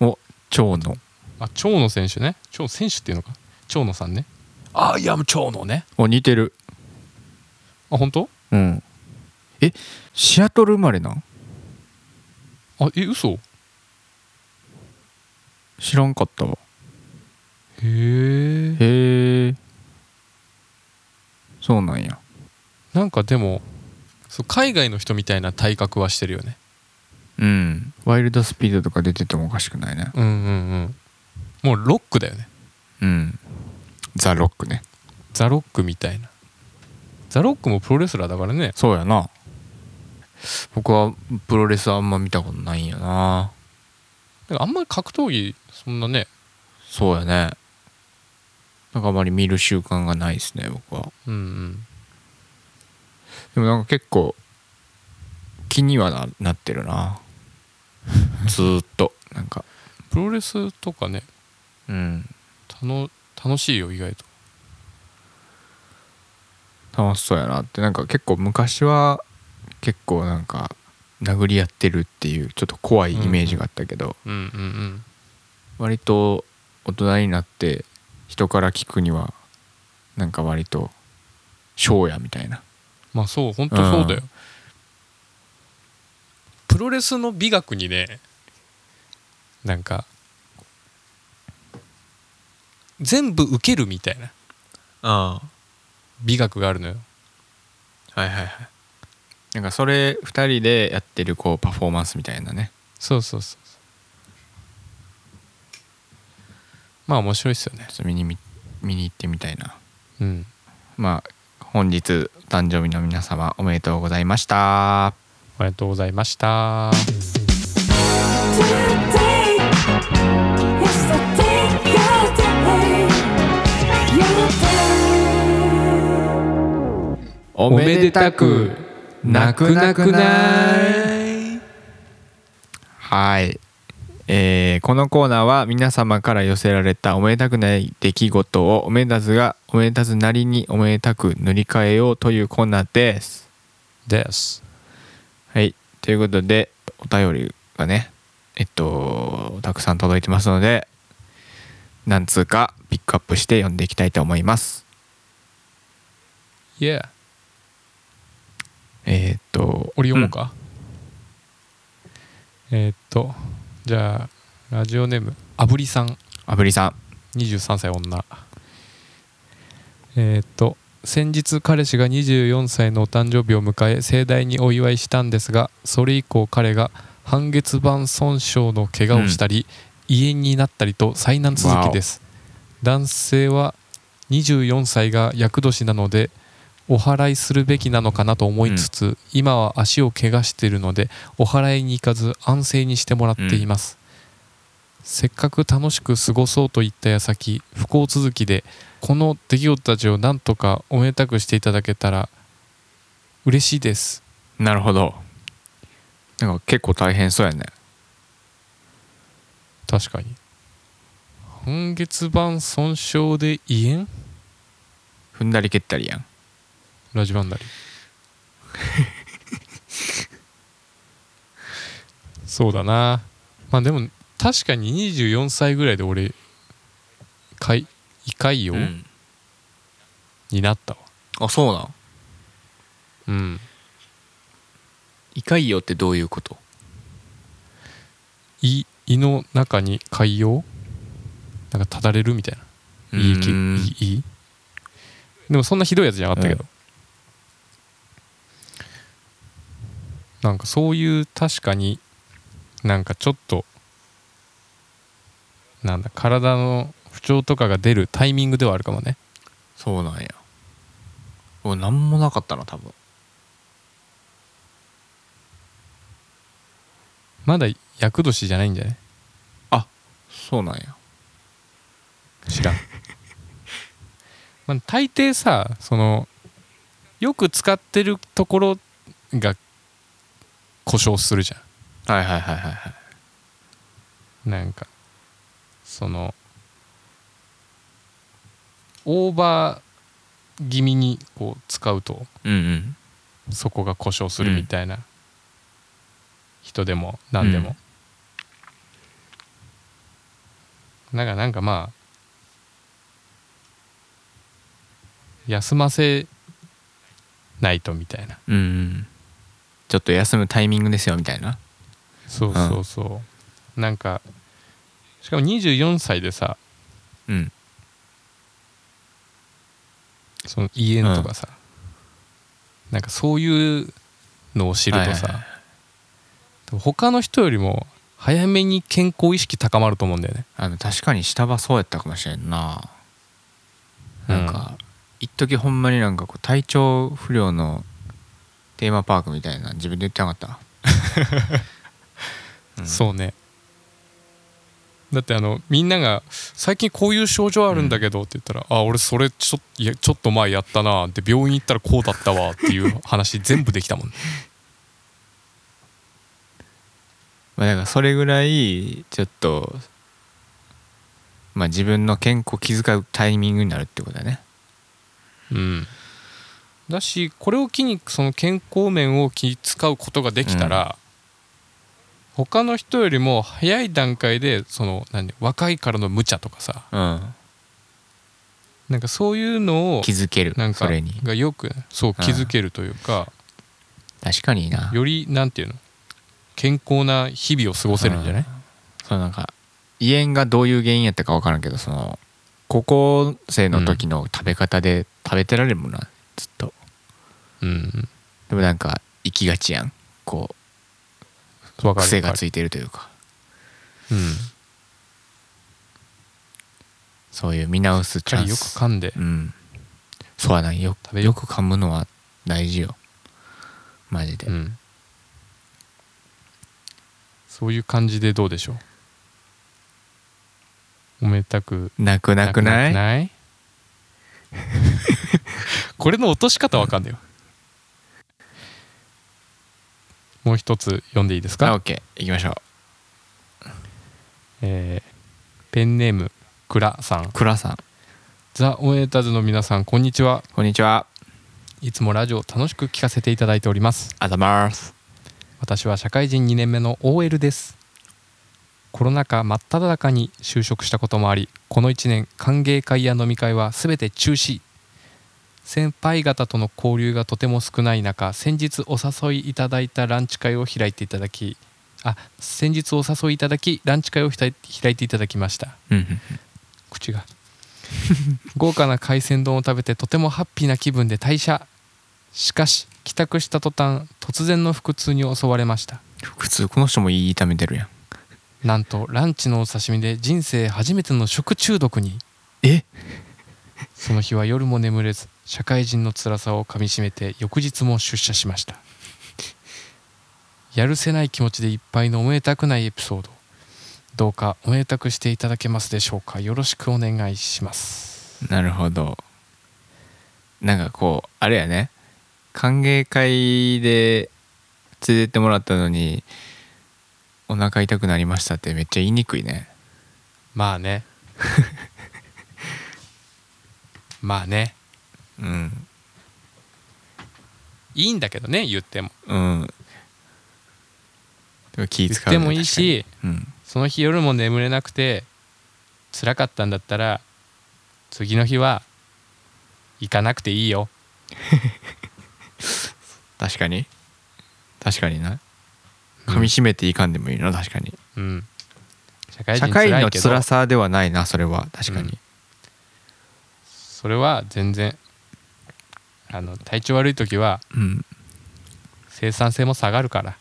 Speaker 3: お蝶野
Speaker 2: あ長野選手ね長選手っていうのか長野さんねあいや長野ね
Speaker 3: お似てる
Speaker 2: あ本当
Speaker 3: うんえシアトル生まれなん
Speaker 2: あえ嘘へ
Speaker 3: 知らんかったわ
Speaker 2: え
Speaker 3: へえそうなんや
Speaker 2: なんかでもそう海外の人みたいな体格はしてるよね
Speaker 3: うんワイルドスピードとか出ててもおかしくないね
Speaker 2: うんうんうんもうロックだよね
Speaker 3: うんザ・ロックね
Speaker 2: ザ・ロックみたいなザ・ロックもプロレスラーだからね
Speaker 3: そうやな僕はプロレスあんま見たことないんやな
Speaker 2: だからあんまり格闘技そんなね
Speaker 3: そうやねなんかあまり見る習慣がないですね僕は
Speaker 2: うんうん
Speaker 3: でもなんか結構気にはななってるな ずーっとなんか
Speaker 2: プロレスとかね
Speaker 3: うん
Speaker 2: たの楽しいよ意外と
Speaker 3: 楽しそうやなってなんか結構昔は結構なんか殴り合ってるっていうちょっと怖いイメージがあったけど、
Speaker 2: うんうんうん
Speaker 3: 割と大人になって人から聞くにはなんか割と翔やみたいな
Speaker 2: まあそう本当そうだよ、プロレスの美学にねなんか全部受けるみたいな
Speaker 3: あ
Speaker 2: 美学があるのよ
Speaker 3: あはいはいはいなんかそれ2人でやってるこうパフォーマンスみたいなね
Speaker 2: そうそうそうそうまあ面白いっすよね
Speaker 3: ちょっと見にみ見に行ってみたいな
Speaker 2: うん
Speaker 3: まあ本日お誕生日の皆様おめでとうございました
Speaker 2: ありがとうございました。
Speaker 4: Today yesterday, your day, your day.
Speaker 3: お
Speaker 1: おめでたくなくなくない
Speaker 3: はい、えーこのコーナーは皆様から寄せられたおめでたくない出来事をおめでたずがおめでたずなりにおめでたく塗り替えようというコーナーです
Speaker 2: です。
Speaker 3: はいということでお便りがねえっとたくさん届いてますので何通かピックアップして読んでいきたいと思います
Speaker 2: いや、
Speaker 3: えーっと
Speaker 2: 俺読もうか。えーっと、じゃあ、ラジオネーム、あぶりさん、
Speaker 3: あぶりさん
Speaker 2: 23歳女。えーっと、先日彼氏が24歳のお誕生日を迎え盛大にお祝いしたんですがそれ以降彼が半月板損傷の怪我をしたり、胃炎になったりと災難続きです男性は24歳が厄年なのでお祓いするべきなのかなと思いつつ、今は足を怪我しているのでお祓いに行かず安静にしてもらっています、せっかく楽しく過ごそうといった矢先不幸続きでこの出来事たちをなんとかおめでたくしていただけたら嬉しいです
Speaker 3: なるほどなんか結構大変そうやね
Speaker 2: 確かに半月板損傷で胃炎
Speaker 3: 踏んだり蹴ったりやん
Speaker 2: ラジバンダリそうだなまあでも確かに24歳ぐらいで俺かい胃潰瘍、になったわ
Speaker 3: あそうなん
Speaker 2: うん
Speaker 3: 胃潰瘍ってどういうこと
Speaker 2: 胃胃の中に潰瘍なんかただれるみたいな胃液
Speaker 3: うん
Speaker 2: 胃胃でもそんなひどいやつじゃなかったけど、なんかそういう確かになんかちょっとなんだ体の不調とかが出るタイミングではあるかもね
Speaker 3: そうなんや俺何もなかったな多分
Speaker 2: まだ厄年じゃないんじゃない
Speaker 3: そうなんや
Speaker 2: 知らんまあ大抵さそのよく使ってるところが故障するじゃ
Speaker 3: はいはいはいはいはい
Speaker 2: んなんかそのオーバー気味にこう使うと
Speaker 3: うんうん
Speaker 2: そこが故障するみたいな、人でも何でも、なんかなんかまあ休ませないとみたいな
Speaker 3: うんうんちょっと休むタイミングですよみたいな
Speaker 2: そうそうそう、なんかしかも24歳でさ
Speaker 3: うん
Speaker 2: その家のとかさ、なんかそういうのを知るとさ、
Speaker 3: はいはい
Speaker 2: 他の人よりも早めに健康意識高まると思うんだよね
Speaker 3: あの確かに下はそうやったかもしれんななんか、一時ほんまになんかこう体調不良のテーマパークみたいな自分で言ってなかった
Speaker 2: そうねだってあのみんなが「最近こういう症状あるんだけど」って言ったら「あ俺それちょいやちょっと前やったな」って病院行ったらこうだったわっていう話全部できたもんね
Speaker 3: まあだからそれぐらいちょっとまあ自分の健康気遣うタイミングになるってことだね
Speaker 2: うんだしこれを機にその健康面を気使うことができたら、他の人よりも早い段階でその何若いからの無茶とかさ
Speaker 3: うん
Speaker 2: なんかそういうのを
Speaker 3: 気づける
Speaker 2: なんか
Speaker 3: それに
Speaker 2: がよくそう気づけるというか、
Speaker 3: 確かにな
Speaker 2: よりなんていうの健康な日々を過ごせるんじゃない
Speaker 3: そうなんか胃炎がどういう原因やったか分からんけどその高校生の時の食べ方で食べてられるもんな、ずっと
Speaker 2: うん
Speaker 3: でもなんか行きがちやんこう
Speaker 2: わかる
Speaker 3: 癖がつ
Speaker 2: い
Speaker 3: いてるというか
Speaker 2: うん
Speaker 3: そういう見直す
Speaker 2: し
Speaker 3: チ
Speaker 2: っ
Speaker 3: ャ
Speaker 2: か
Speaker 3: ン
Speaker 2: りよく
Speaker 3: ス
Speaker 2: 噛んで
Speaker 3: うんそうやなよ
Speaker 2: 食べよう
Speaker 3: よく噛むのは大事よマジで、
Speaker 2: うんそういう感じでどうでしょうおめでたく
Speaker 3: なくなくない
Speaker 2: なく ないこれの落とし方わかんないよもう一つ読んでいいです
Speaker 3: あ
Speaker 2: か
Speaker 3: オッケー行きましょう
Speaker 2: えーペンネームくらさん
Speaker 3: 倉さん
Speaker 2: ザ・オンエーターズの皆さんこんにちは
Speaker 3: こんにちはい
Speaker 2: つもラジオを楽しく聞かせていただいております。
Speaker 3: あざます
Speaker 2: 私は社会人2年目の OL です。コロナ禍真っ只中に就職したこともあり、この1年歓迎会や飲み会は全て中止。先輩方との交流がとても少ない中、先日お誘いいただいたランチ会を開いていただき、あ、先日お誘いいただきランチ会をひたい開いていただきました。
Speaker 3: うんうん
Speaker 2: 口が 豪華な海鮮丼を食べてとてもハッピーな気分で退社しかし帰宅した途端突然の腹痛に襲われました
Speaker 3: 普通この人もいい痛めてるやん
Speaker 2: なんとランチのお刺身で人生初めての食中毒に
Speaker 3: え
Speaker 2: その日は夜も眠れず社会人の辛さをかみしめて翌日も出社しましたやるせない気持ちでいっぱいのおめでたくないエピソードどうかおめでたくしていただけますでしょうかよろしくお願いします
Speaker 3: なるほどなんかこうあれやね歓迎会で連れてってもらったのにお腹痛くなりましたってめっちゃ言いにくいね
Speaker 2: まあね まあね
Speaker 3: うん
Speaker 2: いいんだけどね言っても
Speaker 3: うんでも気
Speaker 2: 言っ
Speaker 3: 使う
Speaker 2: て
Speaker 3: ね
Speaker 2: もいいし
Speaker 3: 確かにうん
Speaker 2: その日夜も眠れなくて辛かったんだったら次の日は行かなくていいよ
Speaker 3: 確かに確かにな噛み締めていかんでもいいな確かに
Speaker 2: うん社会
Speaker 3: 社
Speaker 2: 人
Speaker 3: 会
Speaker 2: 辛い
Speaker 3: の
Speaker 2: けど
Speaker 3: 辛さではないなそれは確かに、
Speaker 2: うんそれは全然あの体調悪い時は
Speaker 3: うん、
Speaker 2: 生産性も下がるから、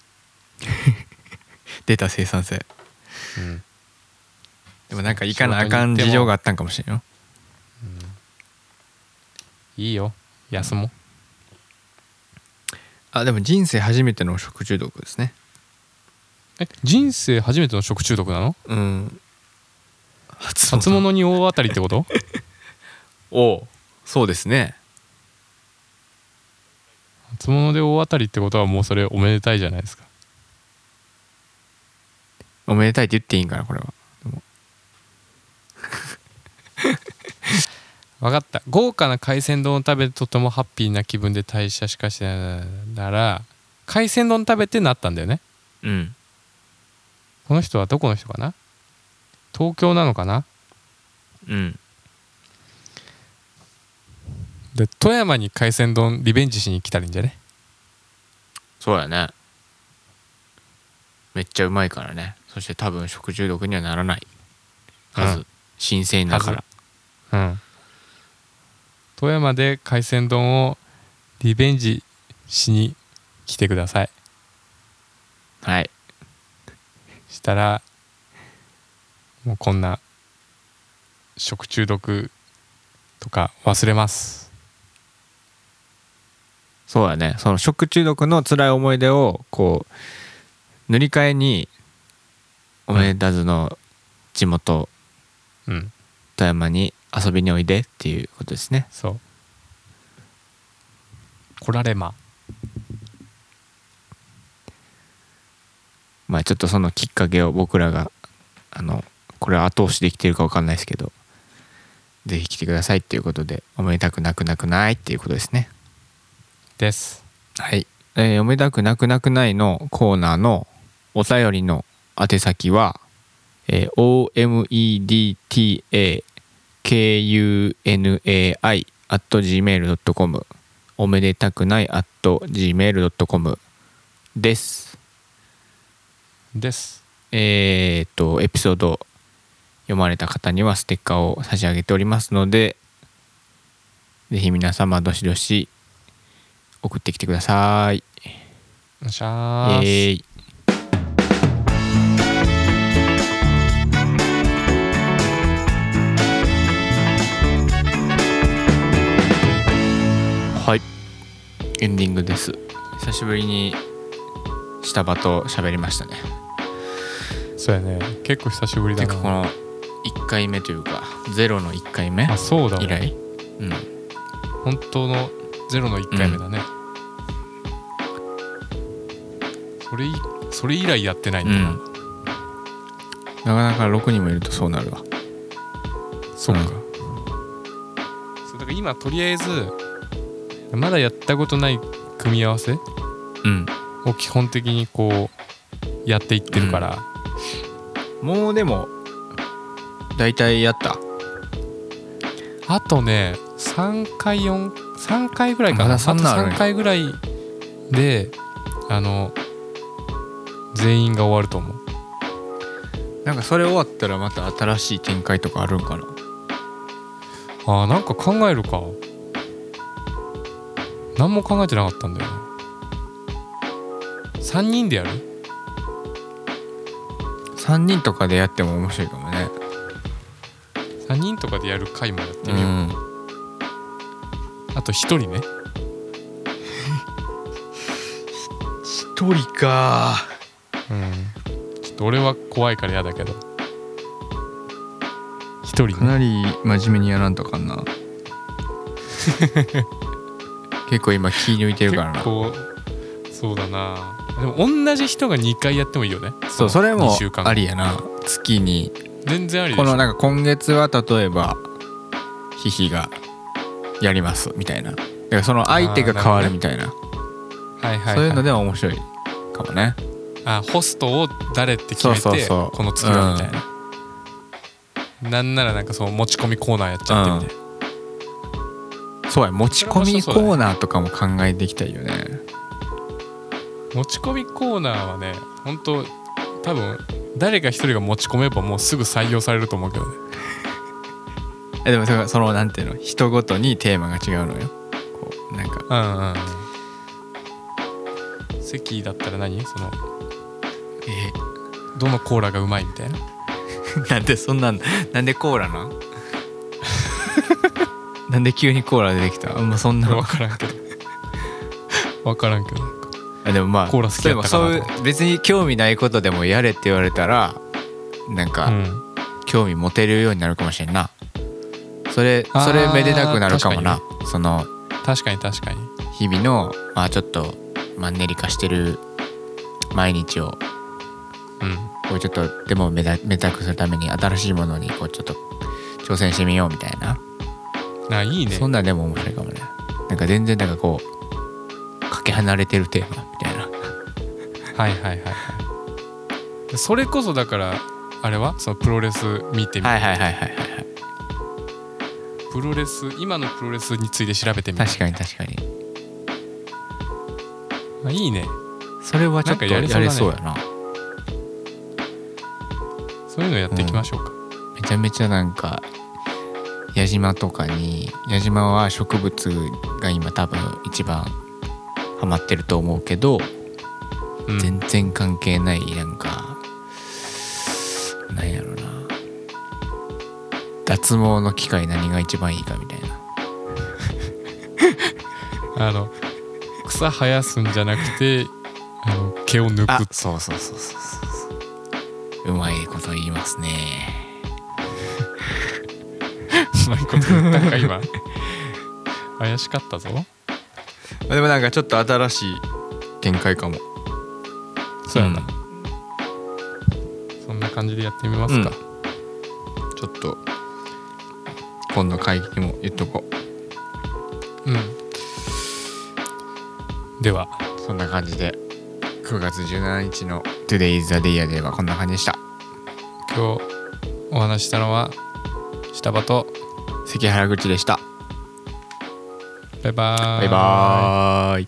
Speaker 3: 出た生産性
Speaker 2: うん、
Speaker 3: でもなんかいかなあかん事情があったんかもしれんよ
Speaker 2: いいよ休もう
Speaker 3: あでも人生初めての食中毒ですね
Speaker 2: え人生初めての食中毒なの
Speaker 3: うん初
Speaker 2: 初物に大当たりってこと
Speaker 3: おうそうですね
Speaker 2: 初物で大当たりってことはもうそれおめでたいじゃないですか
Speaker 3: おめでたいって言っていいんかなこれは
Speaker 2: 分かった豪華な海鮮丼を食べてとてもハッピーな気分で退社しかしないなら海鮮丼食べてなったんだよね
Speaker 3: うん
Speaker 2: この人はどこの人かな東京なのかな
Speaker 3: うん
Speaker 2: で富山に海鮮丼リベンジしに来たらいいんじゃね
Speaker 3: そうやねめっちゃうまいからねそして多分食中毒にはならないはず、
Speaker 2: うん
Speaker 3: 新鮮だから
Speaker 2: うん富山で海鮮丼をリベンジしに来てください
Speaker 3: はい
Speaker 2: したらもうこんな食中毒とか忘れます
Speaker 3: そうやねその食中毒の辛い思い出をこう塗り替えにおめでたずの地元
Speaker 2: うん
Speaker 3: 富山に遊びにおいでっていうことですね
Speaker 2: そう来られま
Speaker 3: まあちょっとそのきっかけを僕らがあのこれは後押しできてるか分かんないですけどぜひ来てくださいっていうことでおめでたくなくなくないっていうことですね
Speaker 2: です
Speaker 3: はい、えーおめでたくなくなくないのコーナーのお便りの宛先は、えー omedtakunai gmail.com おめでたくない gmail.com です。
Speaker 2: です
Speaker 3: えーっとエピソード読まれた方にはステッカーを差し上げておりますのでぜひ皆様どしどし送ってきてください。
Speaker 2: よっしゃーす
Speaker 3: えいはいエンディングです久しぶりに下場と喋りましたね
Speaker 2: そうやね結構久しぶりだ
Speaker 3: て
Speaker 2: な
Speaker 3: かこの1回目というかゼロの1回目
Speaker 2: あそうだ
Speaker 3: 以
Speaker 2: ね
Speaker 3: 来うん
Speaker 2: 本当のゼロの1回目だね、それいそれ以来やってないんだな、
Speaker 3: なかなか6人もいるとそうなるわ
Speaker 2: そうか、
Speaker 3: うん
Speaker 2: そうだから今とりあえずまだやったことない組み合わせ
Speaker 3: うん
Speaker 2: を基本的にこうやっていってるから、
Speaker 3: もうでも大体やった
Speaker 2: あとね3回43回ぐらいかな
Speaker 3: まだそんなんあるんや
Speaker 2: 3回ぐらいであの全員が終わると思う
Speaker 3: なんかそれ終わったらまた新しい展開とかあるんかな
Speaker 2: あーなんか考えるか何も考えてなかったんだよね3人でやる
Speaker 3: 3人とかでやっても面白いかもね
Speaker 2: 3人とかでやる回もやってみよう、あと1人ね
Speaker 3: 1人か
Speaker 2: うんちょっと俺は怖いから嫌だけど1人
Speaker 3: か
Speaker 2: ね
Speaker 3: なり真面目にやらんとかん な結構今気抜いてるから
Speaker 2: 結
Speaker 3: な
Speaker 2: 構そうだなでも同じ人が2回やってもいいよね
Speaker 3: そう
Speaker 2: の
Speaker 3: それ
Speaker 2: 二
Speaker 3: も
Speaker 2: 週間
Speaker 3: ありやな月に
Speaker 2: 全然ありでし
Speaker 3: こ
Speaker 2: ょ
Speaker 3: のなんか今月は例えばヒヒがやりますみたいなだからその相手が変わるみたいな
Speaker 2: はいはい、はい、
Speaker 3: そういうのでも面白いかもね
Speaker 2: あホストを誰って決めて
Speaker 3: そうそうそう
Speaker 2: この月はみたいな、なんならなんかその持ち込みコーナーやっちゃってみたいな、
Speaker 3: そうや持ち込みコーナーとかも考えていきたいよね
Speaker 2: 持ち込みコーナーはね本当多分誰か一人が持ち込めばもうすぐ採用されると思うけどね
Speaker 3: えでもそのそのなんていうの人ごとにテーマが違うのよこうなんか
Speaker 2: うんうんうん席だったら何その
Speaker 3: え
Speaker 2: どのコーラがうまいみたいな
Speaker 3: なんでそんなんなんでコーラなん なんで急にコーラ出てきたあんまそんな
Speaker 2: 分からんけど分からんけどなんか
Speaker 3: あでもまあ
Speaker 2: コーラス
Speaker 3: で
Speaker 2: やっ
Speaker 3: も
Speaker 2: たかな
Speaker 3: そう
Speaker 2: と
Speaker 3: いう別に興味ないことでもやれって言われたらなん
Speaker 2: う
Speaker 3: か
Speaker 2: ん、
Speaker 3: 興味持てるようになるかもしれんなそれ
Speaker 2: あー
Speaker 3: それめでたくなるかもなその
Speaker 2: 確かに確かに
Speaker 3: 日々のあちょっとマンネリ化してる毎日を
Speaker 2: うん
Speaker 3: こうちょっとでも目だ目立たくするために新しいものにこうちょっと挑戦してみようみたいな、
Speaker 2: あいいね
Speaker 3: そんなんでも面白いかもねなんか全然なんかこうかけ離れてるテーマみたいな
Speaker 2: はいはいはいはいそれこそだからあれはそのプロレス見てみる、
Speaker 3: はいはいはいはいはいはい
Speaker 2: プロレス今のプロレスについて調べてみる
Speaker 3: 確かに確かに
Speaker 2: あいいね
Speaker 3: それはちょっと
Speaker 2: なんかや
Speaker 3: や
Speaker 2: りそうだね
Speaker 3: れそうやな
Speaker 2: そういうのやっていきましょうか、
Speaker 3: めちゃめちゃなんか矢島とかに矢島は植物が今多分一番ハマってると思うけど
Speaker 2: うん
Speaker 3: 全然関係ないなんかなんやろな脱毛の機械何が一番いいかみたいな
Speaker 2: あの草生やすんじゃなくてあの毛を抜く
Speaker 3: そうそうそうそうそうそううまいこと言いますね
Speaker 2: うまいこと言ったんか今怪しかったぞ
Speaker 3: でもなんかちょっと新しい展開かも
Speaker 2: そうやな、そんな感じでやってみますか、
Speaker 3: ちょっと今度会議にも言っとこ
Speaker 2: うんでは
Speaker 3: うそんな感じで9月17日の「Today's the Day」ではこんな感じでした
Speaker 2: 今日お話ししたのは下場と
Speaker 3: 関原口でした
Speaker 2: バイバーイ
Speaker 3: バイバーイ